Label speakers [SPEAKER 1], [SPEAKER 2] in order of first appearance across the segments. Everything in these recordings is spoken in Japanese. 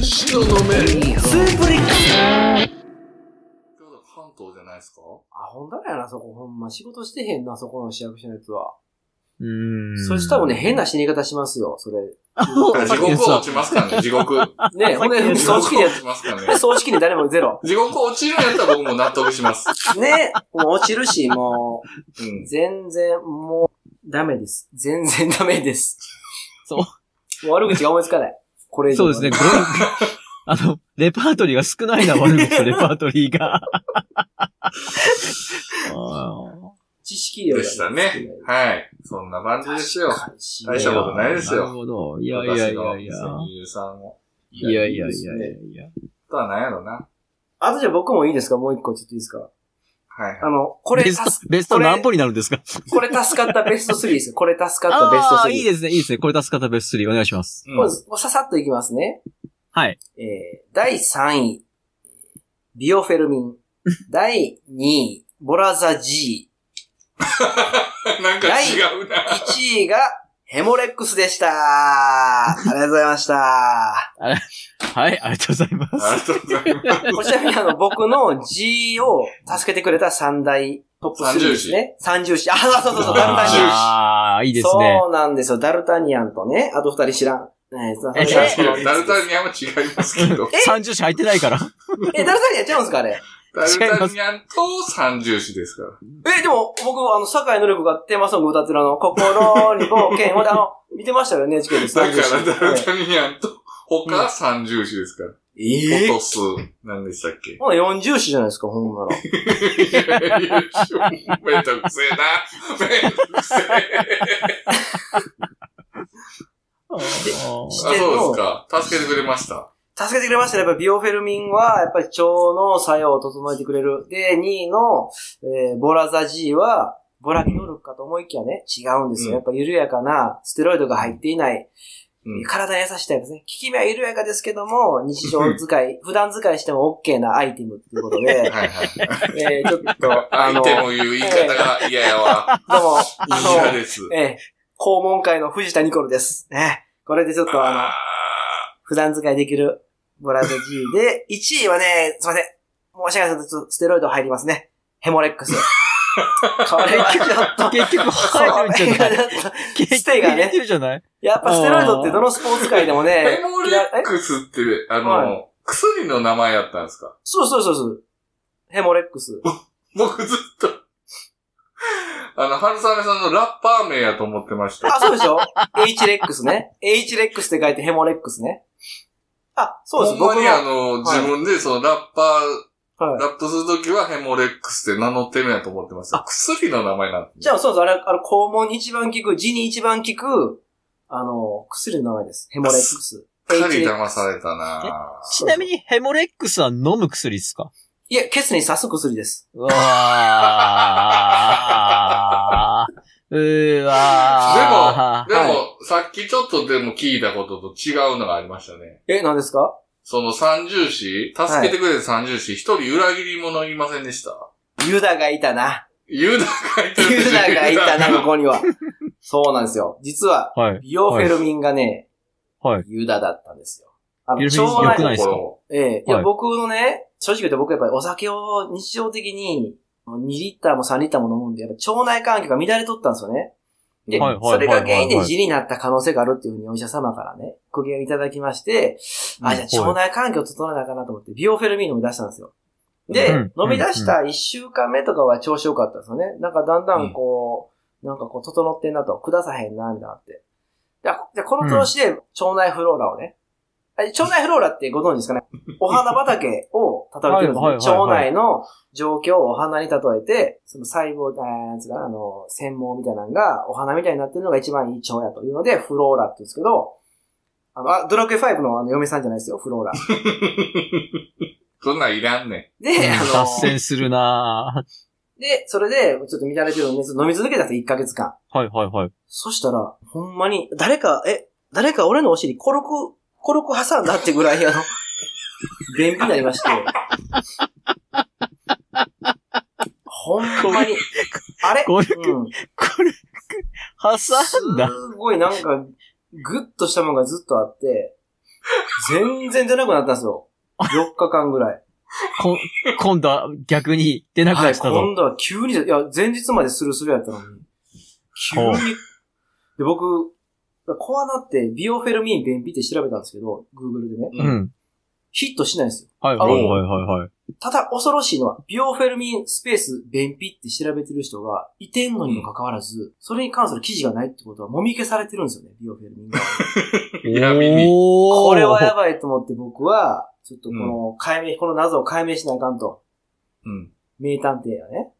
[SPEAKER 1] シのめスープリックス関東じゃないですか
[SPEAKER 2] あ、ほんだらやな、そこ。ほんま仕事してへんな、そこの市役所のやつは。
[SPEAKER 3] うん。
[SPEAKER 2] そしたらね、変な死に方しますよ、それ。
[SPEAKER 1] だから地獄落ちますからね、地獄。
[SPEAKER 2] ね、ほんで、
[SPEAKER 1] 地獄
[SPEAKER 2] 葬
[SPEAKER 1] 落
[SPEAKER 2] 式でや
[SPEAKER 1] ちますから
[SPEAKER 2] つ、
[SPEAKER 1] ね。
[SPEAKER 2] 葬式で誰もゼロ。
[SPEAKER 1] 地獄落ちるんやったら僕も納得します。
[SPEAKER 2] ね、もう落ちるし、も
[SPEAKER 1] う
[SPEAKER 2] う、
[SPEAKER 1] ん。
[SPEAKER 2] 全然、もう、ダメです。全然ダメです。。
[SPEAKER 3] そう
[SPEAKER 2] 悪口が思いつかない。これ以上
[SPEAKER 3] そう
[SPEAKER 2] は。
[SPEAKER 3] ですね、これ あの、レパートリーが少ないな、悪口のレパートリーが。あ
[SPEAKER 2] 知識量が
[SPEAKER 1] で
[SPEAKER 2] ね
[SPEAKER 1] したね。はい。そんな感じですよ。
[SPEAKER 2] 確か
[SPEAKER 1] 大
[SPEAKER 2] に
[SPEAKER 1] したことないですよ
[SPEAKER 3] なるほど。いやいやいやいや。
[SPEAKER 1] 私の2023も。
[SPEAKER 3] いやいやいやいやいや。
[SPEAKER 1] あとは何やろな。
[SPEAKER 2] あとじゃあ僕もいいですかもう一個ちょっといいですか
[SPEAKER 1] はいはい
[SPEAKER 2] あ。の、これ
[SPEAKER 3] ベ
[SPEAKER 2] 助
[SPEAKER 3] ス
[SPEAKER 2] か、
[SPEAKER 3] ト、ベスト何本になるんですか
[SPEAKER 2] これ助かったベスト3ですよ。これ助かったベスト
[SPEAKER 3] ああ
[SPEAKER 2] 3。
[SPEAKER 3] ー、いいですね、いいですね。これ助かったベスト3お願いします。
[SPEAKER 1] うん
[SPEAKER 2] もうもうささっといきますね。
[SPEAKER 3] はい。
[SPEAKER 2] えー、第3位、ビオフェル ミン。第2位、ボラザ G。
[SPEAKER 1] なんか違うな。
[SPEAKER 2] 1位が、ヘモレックスでした。ありがとうございました。
[SPEAKER 3] はい、ありがとうございます。
[SPEAKER 1] ありがとうございます。
[SPEAKER 2] こちらにあの、僕の G を助けてくれた3大トップ3ですね。三重視。あ、そうそうそうそう、ダルタニアン。
[SPEAKER 3] ああ、いいですね。
[SPEAKER 2] そうなんですよ。ダルタニアンとね、あと2人知らん。えー、
[SPEAKER 3] え
[SPEAKER 1] い
[SPEAKER 3] 違う
[SPEAKER 1] やいやダルタニアンも違いますけど。
[SPEAKER 3] 30社入ってないから。
[SPEAKER 2] え、ダルタニアンちゃうんすかあれ。
[SPEAKER 1] ダルタニアンと三重視ですから。
[SPEAKER 2] え、でも、僕、あの、坂井の力がテーマソング歌ってるあの、心に冒険を、あの、見てましたよ、NHK で。
[SPEAKER 1] だから、ダル
[SPEAKER 2] え
[SPEAKER 1] タニアンと、他三重視ですから。
[SPEAKER 2] え
[SPEAKER 1] 落とす、何でしたっけ
[SPEAKER 2] ほな、四重視じゃないですか、ほんなら。
[SPEAKER 1] いやいや、めんどくせえな。めんどくせえ。
[SPEAKER 3] あ
[SPEAKER 1] あ、
[SPEAKER 3] ー
[SPEAKER 1] そうですか。助けてくれました。
[SPEAKER 2] 助けてくれましたね。やっぱビオフェルミンは、やっぱり腸の作用を整えてくれる。で、2位の、えーボラザ G は、ボラキノルクかと思いきやね、違うんですよ。
[SPEAKER 1] うん
[SPEAKER 2] やっぱ緩やかな、ステロイドが入っていない、
[SPEAKER 1] うん
[SPEAKER 2] 体に優しいタイプですね。効き目は緩やかですけども、日常使 い、普段使いしても OK なアイテムっていうことで、
[SPEAKER 1] はいはい。
[SPEAKER 2] えーちょっと、あ
[SPEAKER 1] 相
[SPEAKER 2] の、
[SPEAKER 1] 手も言う言い方が嫌やわ。
[SPEAKER 2] どうも、あ
[SPEAKER 1] 嫌です。
[SPEAKER 2] の、ええ、肛門会の藤田ニコルです。ね。これでちょっとあの、
[SPEAKER 1] あ
[SPEAKER 2] 普段使いできるボラード G で、1位はね、すいません。申し訳ないです。ちょっとステロイド入りますね。ヘモレッ クス。これはちょっと。
[SPEAKER 3] 結局、入るんじゃ ない
[SPEAKER 2] ステイがね
[SPEAKER 3] 入れてるじゃない
[SPEAKER 2] やっぱステロイドってどのスポーツ界でも
[SPEAKER 1] ー
[SPEAKER 2] ね
[SPEAKER 1] ヘ、モレックスって、あ
[SPEAKER 2] は
[SPEAKER 1] の、薬の名前やったんですか
[SPEAKER 2] そうそうそうそう。ヘモレックス。
[SPEAKER 1] 僕ずっと、あの、春雨さんのラッパー名やと思ってました。
[SPEAKER 2] あ、そうでしょ ?H レックスね。H レックスって書いてヘモレックスね。あ、そうです。
[SPEAKER 1] ほ
[SPEAKER 2] 僕
[SPEAKER 1] んまに
[SPEAKER 2] の。
[SPEAKER 1] あの、
[SPEAKER 2] はい
[SPEAKER 1] 自分でそのラッパー、
[SPEAKER 2] はい。
[SPEAKER 1] ラップするときはヘモレックスって名乗ってるんやと思ってました。薬の名前なん
[SPEAKER 2] じゃあ、そうです。あれ、あれ、肛門に一番効く、痔に一番効く、あの、薬の名前です。ヘモレックス。
[SPEAKER 1] かり
[SPEAKER 2] H レッ
[SPEAKER 1] 騙
[SPEAKER 2] クス
[SPEAKER 1] されたな
[SPEAKER 3] ちなみに、ヘモレックスは飲む薬ですか
[SPEAKER 2] いや、ケツに刺す薬です。
[SPEAKER 3] うわー。うーわー。
[SPEAKER 1] で
[SPEAKER 2] は
[SPEAKER 1] も、さっきちょっとでも聞いたことと違うのがありましたね。
[SPEAKER 2] え、何ですか
[SPEAKER 1] その三重士、助けてくれた三重士、一、人裏切り者いませんでした。
[SPEAKER 2] ユダがいたな。
[SPEAKER 1] ユダがいたんで
[SPEAKER 2] ユ
[SPEAKER 1] すよ
[SPEAKER 2] ダがいたな、
[SPEAKER 1] ユダ
[SPEAKER 2] ここには。 そうなんですよ。実は、
[SPEAKER 3] はい。
[SPEAKER 2] ビオフェルミンがね、
[SPEAKER 3] はい。
[SPEAKER 2] ユダだったんですよ。あ
[SPEAKER 3] ビオフェルミ
[SPEAKER 2] 腸
[SPEAKER 3] ン
[SPEAKER 2] 内
[SPEAKER 3] 良くないですか
[SPEAKER 1] 心
[SPEAKER 2] ええいや、
[SPEAKER 3] はい
[SPEAKER 2] 僕のね、正直言うと僕やっぱりお酒を日常的に2リッターも3リッターも飲むんで、やっぱ腸内環境が乱れとったんですよね。で、
[SPEAKER 3] はいはいはい
[SPEAKER 2] それが原因で
[SPEAKER 3] はい
[SPEAKER 2] 痔になった可能性があるっていうふうにお医者様からね、苦言をいただきまして、あ、じゃあ腸内環境を整えなあかんなと思って、ビオフェルミン飲み出したんですよ。で、
[SPEAKER 3] うん
[SPEAKER 2] 飲み出した1週間目とかは調子良かったんですよね。なんかだんだんこう、なんかこう整ってんなと、下さへんな、みたいになって。で、あでこの調子で腸内フローラをね、あ腸内フローラってご存知 ですかねお花畑を例えてるんですね
[SPEAKER 3] はいはいはいはい
[SPEAKER 2] 腸内の状況をお花に例えて、その細胞、えーなんつうかなあの、繊毛みたいなのがお花みたいになってるのが一番いい腸やというので、フローラって言うんですけど、あの、あドラクエ5のあの嫁さんじゃないですよ、フローラ。
[SPEAKER 1] そんなんいらんね
[SPEAKER 2] で、あ
[SPEAKER 3] 脱
[SPEAKER 2] の、
[SPEAKER 3] 線するな
[SPEAKER 2] で、それで、ちょっと乱れてるんで、ちょっと飲み続けたんですよ、1ヶ月間。
[SPEAKER 3] ー。はいはいはい。
[SPEAKER 2] そしたら、ほんまに、誰か、え、誰か俺のお尻、コルク、コルク挟んだってぐらい、 あの、便秘になりまして。ほんまに、あれ
[SPEAKER 3] コルク
[SPEAKER 2] うん、
[SPEAKER 3] これ、挟んだ。
[SPEAKER 2] すごいなんか、ぐっとしたものがずっとあって、全然出なくなったんですよ。4日間ぐらい。
[SPEAKER 3] こん今度は逆に出なくな
[SPEAKER 2] は
[SPEAKER 3] っ
[SPEAKER 2] い、
[SPEAKER 3] てたと。
[SPEAKER 2] 今度は急に、いや、前日までスルスルやったのに、急
[SPEAKER 3] ほう
[SPEAKER 2] に。で、僕、コアナってビオフェルミン便秘って調べたんですけど、Google でね。
[SPEAKER 1] う。
[SPEAKER 3] うんん。
[SPEAKER 2] ヒットしないんですよ。
[SPEAKER 3] はいはいはいはいはい。
[SPEAKER 2] ただ、恐ろしいのは、ビオフェルミンスペース便秘って調べてる人がいてんのにもかかわらず、それに関する記事がないってことは、もみ消されてるんですよね、ビオフェルミンが。
[SPEAKER 1] 闇に。
[SPEAKER 3] おー
[SPEAKER 2] これはやばいと思って僕は、ちょっとこの解明、この謎を解明しなあかんと。
[SPEAKER 1] うん。
[SPEAKER 2] 名
[SPEAKER 1] 名
[SPEAKER 2] 探偵やね。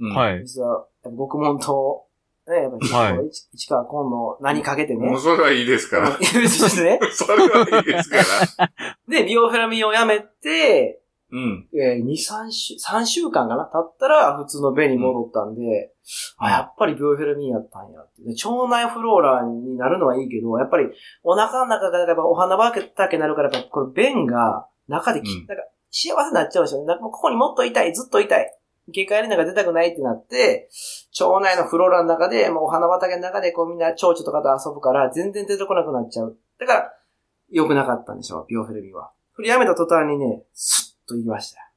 [SPEAKER 1] うん。い。
[SPEAKER 3] はい。
[SPEAKER 2] 実は、やっぱ獄門と、ね、やっぱり、
[SPEAKER 3] は
[SPEAKER 2] 市市川紺の名にかけてね。
[SPEAKER 1] もうそれはいいですから。
[SPEAKER 2] いやそうですね。
[SPEAKER 1] それはいいですから。
[SPEAKER 2] で、ビオフェラミンをやめて、
[SPEAKER 1] うん。
[SPEAKER 2] えー、2、3週、3週間かな経ったら普通の便に戻ったんで、あ、やっぱりビオフェラミンやったんやって。で腸内フローラになるのはいいけど、やっぱりお腹の中がやっぱお花畑になるから、やっぱこれ便が中でき、
[SPEAKER 1] うん
[SPEAKER 2] なんか幸せになっちゃうんですよね。なんかもうここにもっと痛い、ずっと痛い。下界の中出たくないってなって、腸内のフローラの中で、もうお花畑の中でこうみんな蝶々とかと遊ぶから、全然出てこなくなっちゃう。だから、良くなかったんでしょう、ビオフェルミンは。それやめた途端にね、スッと言いました。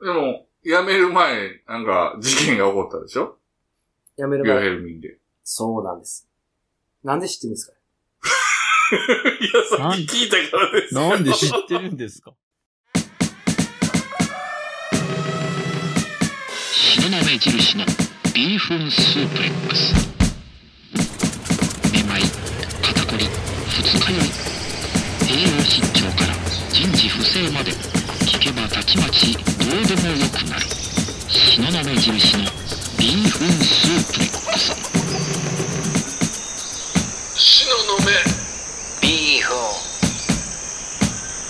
[SPEAKER 1] でも、辞める前、なんか、事件が起こったでしょ
[SPEAKER 2] やめ
[SPEAKER 1] ビ
[SPEAKER 2] る
[SPEAKER 1] オヘ
[SPEAKER 2] 前。
[SPEAKER 1] ルミンで。い や、
[SPEAKER 2] そうなんです。なんで知ってるんですか
[SPEAKER 1] さっき聞いたからですよ
[SPEAKER 3] なんで知ってるんですか
[SPEAKER 4] 白鍋印のビーフンスープレックスめまい肩こり二日酔い栄養失調から人事不正まで聞けばたちまちどうでもよくなる白鍋印のビーフンスープレックス白鍋ビーフン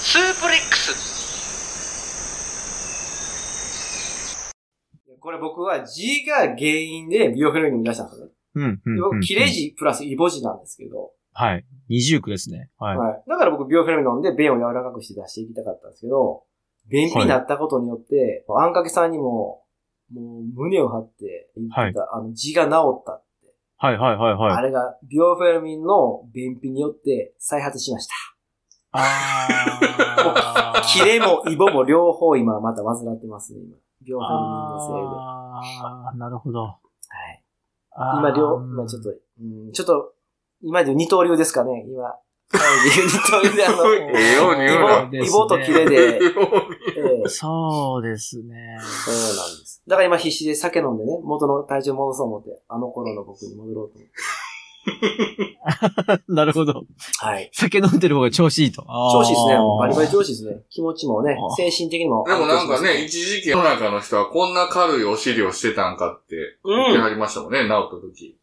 [SPEAKER 4] スープレックス
[SPEAKER 2] これ僕は G が原因でビオフェルミンを出したんですよね。
[SPEAKER 3] うん、うん
[SPEAKER 2] で
[SPEAKER 3] う
[SPEAKER 2] 僕、
[SPEAKER 3] ん。
[SPEAKER 2] 切れ字プラスイボ字なんですけど、
[SPEAKER 3] はい。二重苦ですね。はい。
[SPEAKER 2] はい。だから僕、ビオフェルミン飲んで、便を柔らかくして出していきたかったんですけど、便秘になったことによって、あんかけさんにも、もう胸を張って言ってた、あの、字が治った。
[SPEAKER 3] はいはいはいは
[SPEAKER 2] あ
[SPEAKER 3] い。
[SPEAKER 2] れが、ビオフェルミンの便秘によって再発しました。
[SPEAKER 3] あー
[SPEAKER 2] キレもイボも両方今また患ってますね、今。ビオフェルミンのせいで。は
[SPEAKER 3] あーなるほ
[SPEAKER 2] い。
[SPEAKER 3] ど。あー
[SPEAKER 2] 今両、今ちょっと、うん、ちょっと、今で言う二刀流ですかね、今。はい、二刀流であの、
[SPEAKER 1] ええように言うな
[SPEAKER 2] イボイボとキレで、え え
[SPEAKER 3] そうですね。
[SPEAKER 2] そうなんです。だから今必死で酒飲んでね、元の体重戻そう思って、あの頃の僕に戻ろうと思って。
[SPEAKER 3] なるほど。
[SPEAKER 2] はい。
[SPEAKER 3] 酒飲んでる方が調子いいと。
[SPEAKER 2] 調子いいですね。
[SPEAKER 3] あー
[SPEAKER 2] バリバリ調子いいですね。気持ちもね
[SPEAKER 3] あ、ー
[SPEAKER 2] 精神的にも。
[SPEAKER 1] でもなんかね、
[SPEAKER 2] 安定し
[SPEAKER 1] 一時期世の中の人はこんな軽いお尻をしてたんかって
[SPEAKER 2] ますね、
[SPEAKER 1] 言っ
[SPEAKER 2] う
[SPEAKER 1] て
[SPEAKER 2] ん。
[SPEAKER 1] はりましたもんね、治った時。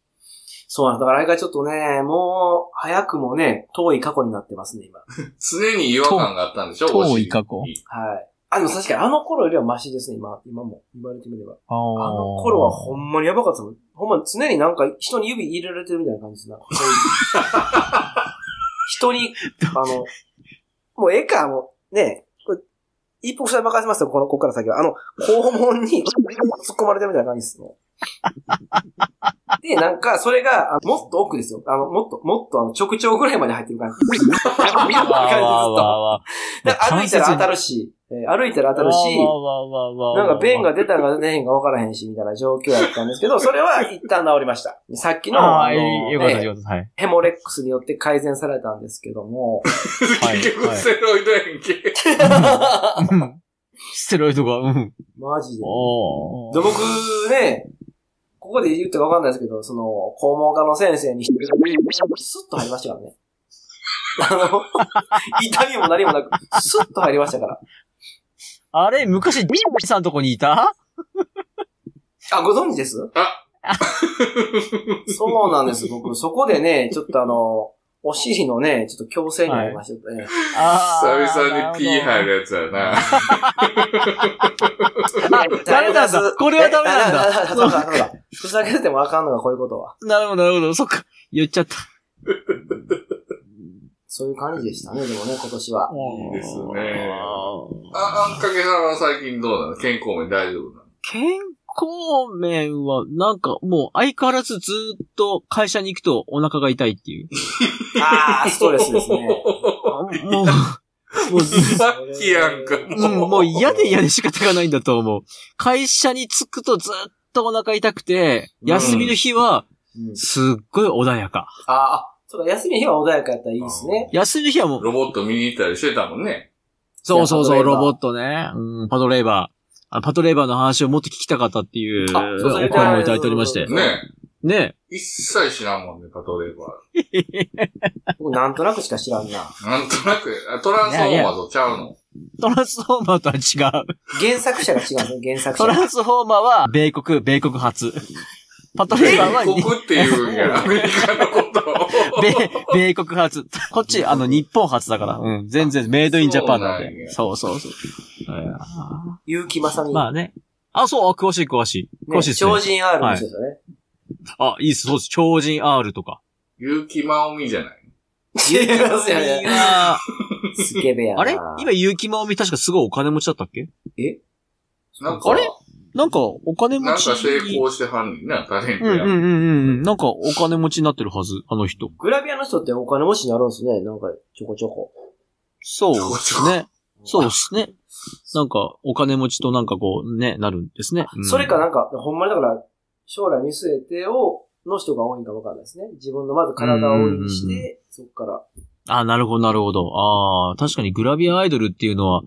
[SPEAKER 2] そうなんです。だからあれがちょっとね、もう、早くもね、遠い過去になってますね、今。
[SPEAKER 1] 常に違和感があったんでしょ
[SPEAKER 3] 遠
[SPEAKER 1] お尻
[SPEAKER 3] 遠い過去
[SPEAKER 1] に
[SPEAKER 2] はい。あ、でも確かにあの頃よりはマシですね、今。今も。言われてみれば。
[SPEAKER 3] あの
[SPEAKER 2] あの頃はほんまにやばかったもん。ほんま常になんか人に指入れられてるみたいな感じですな。こういう人 に、あの、もうええか、もう、ねえ、これ一服したら任せますよ、この、ここから先は。あの、肛門に突っ込まれてるみたいな感じですもん。で、なんか、それが、あのもっと奥ですよ。あの、もっと、もっと、あの、直腸ぐらいまで入ってる感 じ。みたいな感じずっ
[SPEAKER 3] わーわーわー
[SPEAKER 2] と。
[SPEAKER 3] わ
[SPEAKER 2] だから歩いたら当た
[SPEAKER 3] る
[SPEAKER 2] るし、えー歩いたら当たるし、なんか便が出たか出へんか分からへんし、みたいな状況やったんですけ ど、それは一旦治りました。さっきの、
[SPEAKER 3] ああ、
[SPEAKER 2] あの
[SPEAKER 3] よかった
[SPEAKER 2] ね
[SPEAKER 3] よかった。はい。
[SPEAKER 2] ヘモレックスによって改善されたんですけども、
[SPEAKER 3] はい
[SPEAKER 1] 結局、ステロイド変形。
[SPEAKER 3] うんステロイドが、うん。
[SPEAKER 2] マジで。
[SPEAKER 3] お
[SPEAKER 2] で、僕ね、ここで言ったか分かんないですけど、その、肛門科の先生に、スッと入りましたからね。あの、 痛みも何もなく、スッと入りましたから。
[SPEAKER 3] あれ、昔、ビンさんとこにいた
[SPEAKER 2] あ、ご存知です
[SPEAKER 1] あ
[SPEAKER 2] そうなんです、僕。そこでね、ちょっとあの、お尻のね、ちょっと矯正になりましたね。
[SPEAKER 3] あー
[SPEAKER 1] 久々にピー入。るやつやな。
[SPEAKER 3] なるほどあダメなんだ。これはダメなんだ。
[SPEAKER 2] だ。そうだ、そうだ。ふざけててもあかんのがこういうことは。
[SPEAKER 3] なるほど、なるほど。そっか。言っちゃった。
[SPEAKER 2] そういう感じでしたね、でもね、今年は。
[SPEAKER 1] いいですねあ、あんかけさんは最近どうなの健康面大丈夫なの
[SPEAKER 3] 健康面は、なんかもう相変わらずずーっと会社に行くとお腹が痛いっていう。
[SPEAKER 2] ああ、ストレスですね。
[SPEAKER 1] もう、
[SPEAKER 3] もう、もう、
[SPEAKER 1] さっきやんか、
[SPEAKER 3] うん、
[SPEAKER 1] もう。
[SPEAKER 3] もう嫌で嫌で仕方がないんだと思う。会社に着くとずっとお腹痛くて、休みの日は
[SPEAKER 2] うん
[SPEAKER 3] すっごい穏やか。
[SPEAKER 2] ああ、そうか、休みの日は穏やかやったらいいですね。
[SPEAKER 3] 休みの日はもう、
[SPEAKER 1] ロボット見に行ったりしてたもんね。
[SPEAKER 3] そうそうそ、
[SPEAKER 2] いうや
[SPEAKER 3] ロボットね。うん、パトレーバー。あパトレーバーの話をもっと聞きたかったっていう
[SPEAKER 2] あそうそう
[SPEAKER 3] お声もいただいておりまして。
[SPEAKER 1] ね
[SPEAKER 3] ね
[SPEAKER 1] 一切知らんもんね、パトレーバ
[SPEAKER 2] 僕なんとなくしか知らんな。
[SPEAKER 1] ー。なんとなく、あトランスフォーマーとちゃうの。
[SPEAKER 3] トランスフォーマーとは違う。
[SPEAKER 2] 原作者が違うね、原作
[SPEAKER 3] ト
[SPEAKER 2] 者。
[SPEAKER 3] ランスフォーマーは米国、米国発。パトレーバーは
[SPEAKER 1] 米国っていうんや、アメリカのことを。
[SPEAKER 3] 米、米国発。こっち、あの、日本発だから。うん。全然、メイドインジャパンなん
[SPEAKER 1] そうなん
[SPEAKER 3] で。
[SPEAKER 1] や
[SPEAKER 3] そうそうそう。え
[SPEAKER 2] 結城まさ
[SPEAKER 3] ー
[SPEAKER 2] み。
[SPEAKER 3] まあね。あ、そう、あ、詳しい詳しい。詳
[SPEAKER 2] ね
[SPEAKER 3] しいですね
[SPEAKER 2] 超。人 R の人ですよね。
[SPEAKER 3] あ、いいっす、そうです。超人 R とか。
[SPEAKER 1] 結城まおみじゃない
[SPEAKER 2] 言えますよ
[SPEAKER 3] いい
[SPEAKER 2] ね。
[SPEAKER 3] なぁ
[SPEAKER 2] スケベやな。
[SPEAKER 3] あれ今、結城まおみ確かすごいお金持ちだったっけ
[SPEAKER 1] なんか、
[SPEAKER 3] あれなんか、お金持
[SPEAKER 1] なんか
[SPEAKER 3] ち。
[SPEAKER 1] 成功してはんねんな、タレント
[SPEAKER 3] うん
[SPEAKER 1] や。
[SPEAKER 3] うんうんうんうん。なんか、お金持ちになってるはず、あの人。
[SPEAKER 2] グラビアの人ってお金持ちになるんですね。なんか、ちょこちょこ。
[SPEAKER 3] そうですね。そう
[SPEAKER 2] そ
[SPEAKER 3] ですね。なんか、お金持ちとなんかこう、ね、なるんですね。うん
[SPEAKER 2] それかなんか、ほんまにだから、将来見据えてを、の人が多いんかわかんないですね。自分のまず体を売りにし
[SPEAKER 3] うんうん
[SPEAKER 2] て、そっから。
[SPEAKER 3] あ、なるほど、なるほど。ああ、確かにグラビアアイドルっていうのは、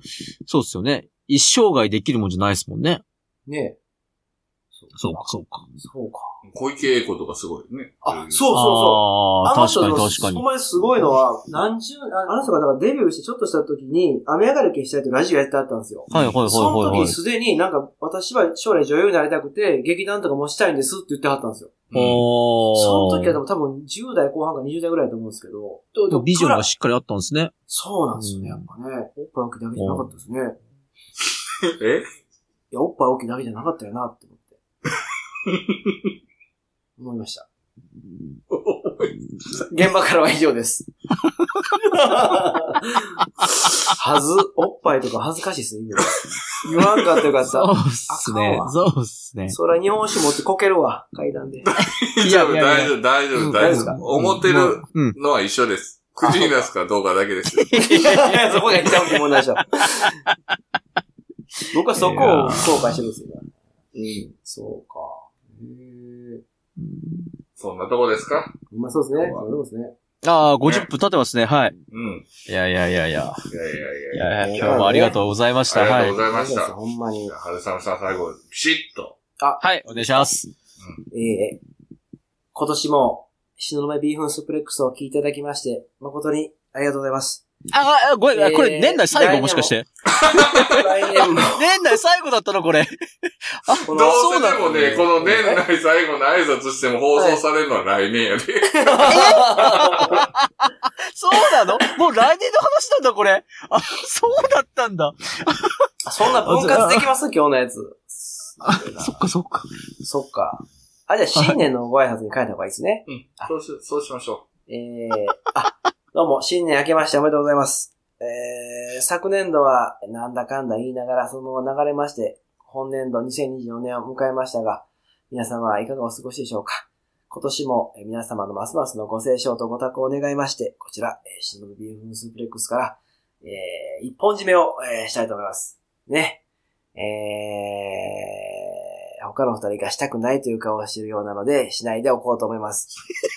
[SPEAKER 3] そうですよね。一生涯できるもんじゃないですもんね。
[SPEAKER 2] ねえ。
[SPEAKER 3] そうか、そうか。
[SPEAKER 2] そうか。
[SPEAKER 1] 小池栄子とかすごいよね。
[SPEAKER 2] あ、そうそうそう。
[SPEAKER 3] ああ
[SPEAKER 2] の
[SPEAKER 3] ー、確
[SPEAKER 2] 人
[SPEAKER 3] か
[SPEAKER 2] の
[SPEAKER 3] に確か
[SPEAKER 2] ほん
[SPEAKER 3] に。
[SPEAKER 2] まにすごいのは、何十、ああの人がだからデビューしてちょっとした時に、雨上がり消したいってラジオやってあったんですよ。
[SPEAKER 3] はいはいはい
[SPEAKER 2] その
[SPEAKER 3] はい、は
[SPEAKER 2] 時
[SPEAKER 3] い。
[SPEAKER 2] すでになんか、私は将来女優になりたくて、劇団とかもしたいんですって言ってはったんですよ。
[SPEAKER 1] うん
[SPEAKER 3] お
[SPEAKER 2] その時はでも多分10代後半か20代ぐらいだと思うんですけど。とと
[SPEAKER 3] ビジョ
[SPEAKER 2] プ
[SPEAKER 3] ンが
[SPEAKER 2] ラ
[SPEAKER 3] しっかりあったんですね。
[SPEAKER 2] そうなんですよね、やっぱね。おっぱい大きいだけじゃなかったですね。い
[SPEAKER 1] え
[SPEAKER 2] や、おっぱい大きいだけじゃなかったよなって 思って。思いました。現場からは以上です。はず、おっぱいとか恥ずかしいっすね、今言わんかったよかっ
[SPEAKER 3] そう
[SPEAKER 2] た。
[SPEAKER 3] っす
[SPEAKER 2] あ
[SPEAKER 3] ね
[SPEAKER 2] かん。わ
[SPEAKER 3] そうっすね。
[SPEAKER 2] そら日本酒持ってこけるわ、階段で。
[SPEAKER 3] い
[SPEAKER 1] 大丈夫、大丈
[SPEAKER 3] う
[SPEAKER 1] 夫、
[SPEAKER 3] ん
[SPEAKER 1] 大
[SPEAKER 2] 大
[SPEAKER 1] 丈
[SPEAKER 2] 丈夫です
[SPEAKER 1] 夫。思ってる
[SPEAKER 3] うん。
[SPEAKER 1] のは一緒です。口に出すかどうかだけですよ。
[SPEAKER 2] いやいや、 そこが一番問題でしょ。 僕はそこを後悔してるんですよ。うん。そうか。へえ。
[SPEAKER 1] そんなとこですか
[SPEAKER 2] まあそうですね。そうですね。
[SPEAKER 3] ああ、50分経ってますね。はい。
[SPEAKER 1] うん。
[SPEAKER 3] いやいやいやいや。
[SPEAKER 1] いやいや
[SPEAKER 3] い
[SPEAKER 1] いや。
[SPEAKER 3] やいや、今日もありがとうございまし
[SPEAKER 1] あ
[SPEAKER 3] た。
[SPEAKER 1] りが
[SPEAKER 3] は
[SPEAKER 1] と
[SPEAKER 3] いう
[SPEAKER 1] ご。ざいました。
[SPEAKER 2] ほんまに
[SPEAKER 1] じゃ。あ春雨さん最後、ピシッと。
[SPEAKER 3] はい、お願いします。
[SPEAKER 2] ええ今年も、死ぬ前ビーフンスプレックスを聞いていただきまして、誠にありがとうございます。
[SPEAKER 3] ああ、ごめん、あこ
[SPEAKER 2] え
[SPEAKER 3] れ
[SPEAKER 2] ー
[SPEAKER 3] 年内最後もしかして。
[SPEAKER 2] 来年も、
[SPEAKER 3] 年内最後だったのこれ。
[SPEAKER 2] こ
[SPEAKER 1] どう
[SPEAKER 2] の、
[SPEAKER 1] せでもね、この年内最後の挨拶しても放送されるのは来年やで。
[SPEAKER 3] そうなのもう来年の話なんだ、これ。あ、そうだったんだ。
[SPEAKER 2] そんな分割できます今日のやつ。
[SPEAKER 3] そっかそっか。
[SPEAKER 2] そっか。あ、じゃあ新年のご挨拶に変えた方がいいですね。
[SPEAKER 1] うん。そうし、そうしましょ
[SPEAKER 2] えー、あ、どうも、新年明けましておめでとうございます。えー、昨年度は、なんだかんだ言いながら、そのまま流れまして、本年度2024年を迎えましたが、皆様はいかがお過ごしでしょうか今年も、えー皆様のますますのご清聴とご多幸を願いまして、こちら、えー、シノブビーフンスープレックスから、えー、一本締めを、えーしたいと思います。ね。えー、他の二人がしたくないという顔をしているようなので、しないでおこうと思います。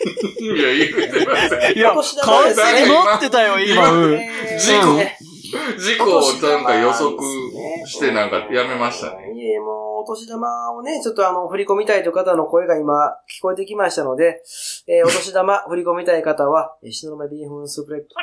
[SPEAKER 1] う。いや、言うてません。
[SPEAKER 3] いや、
[SPEAKER 2] 今
[SPEAKER 3] 完
[SPEAKER 2] 年だからですね
[SPEAKER 3] 全に持ってたよ、今。うん
[SPEAKER 1] 事故
[SPEAKER 2] ね
[SPEAKER 1] 事故をなんか予測してなんかやめましたね。。
[SPEAKER 2] いえ、もう、お年玉をね、ちょっとあの、振り込みたいという方の声が今、聞こえてきましたので、 えー、お年玉、振り込みたい方は、えー、しのめビーフンスープレックス。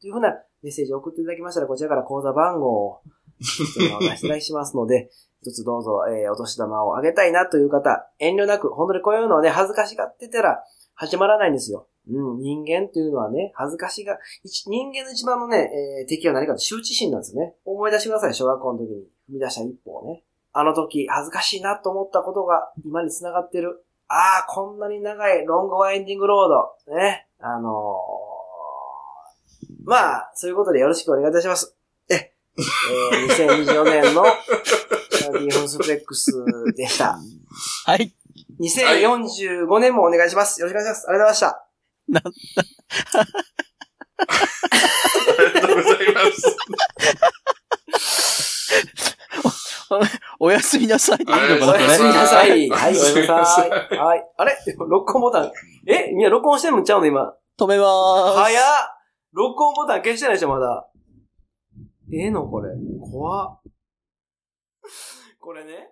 [SPEAKER 2] というふうなメッセージを送っていただきましたら、こちらから口座番号を、お出しいただきますので、一つどうぞ、えー、お年玉をあげたいなという方、遠慮なく、本当にこういうのはね、恥ずかしがってたら、始まらないんですよ。うん、人間っていうのはね、恥ずかしが、一人間の一番のね、えー敵は何かと羞恥心なんですよね。思い出してください、小学校の時に踏み出した一歩をね。あの時、恥ずかしいなと思ったことが今に繋がってる。ああ、こんなに長いロングワインディングロード。ね。あのー、まあ、そういうことでよろしくお願いいたします。え、えー、2024年の、ビーフンスフレックスでした。
[SPEAKER 3] はい。
[SPEAKER 2] 2045年もお願いします。よろしくお願いします。ありがとうございました。
[SPEAKER 3] なんだ。
[SPEAKER 1] ありがとうございます。
[SPEAKER 3] おやすみなさいでいいのか
[SPEAKER 1] お
[SPEAKER 3] な
[SPEAKER 1] や
[SPEAKER 3] こ
[SPEAKER 1] す
[SPEAKER 2] お
[SPEAKER 1] み
[SPEAKER 2] や
[SPEAKER 1] な
[SPEAKER 2] すみ
[SPEAKER 1] さい
[SPEAKER 2] なさ
[SPEAKER 3] れ。
[SPEAKER 2] い。
[SPEAKER 1] お
[SPEAKER 2] はい、
[SPEAKER 1] や
[SPEAKER 2] おやす
[SPEAKER 1] す
[SPEAKER 2] み
[SPEAKER 1] み
[SPEAKER 2] な
[SPEAKER 1] な
[SPEAKER 2] さ
[SPEAKER 1] さ
[SPEAKER 2] い
[SPEAKER 1] い。
[SPEAKER 2] はい。あれ録音ボタン。えみんな録音してんのちゃうの今。
[SPEAKER 3] 止めまーす。
[SPEAKER 2] 早っ録音ボタン消してないでしょ、まだ。ええのこれ。怖っ。これね。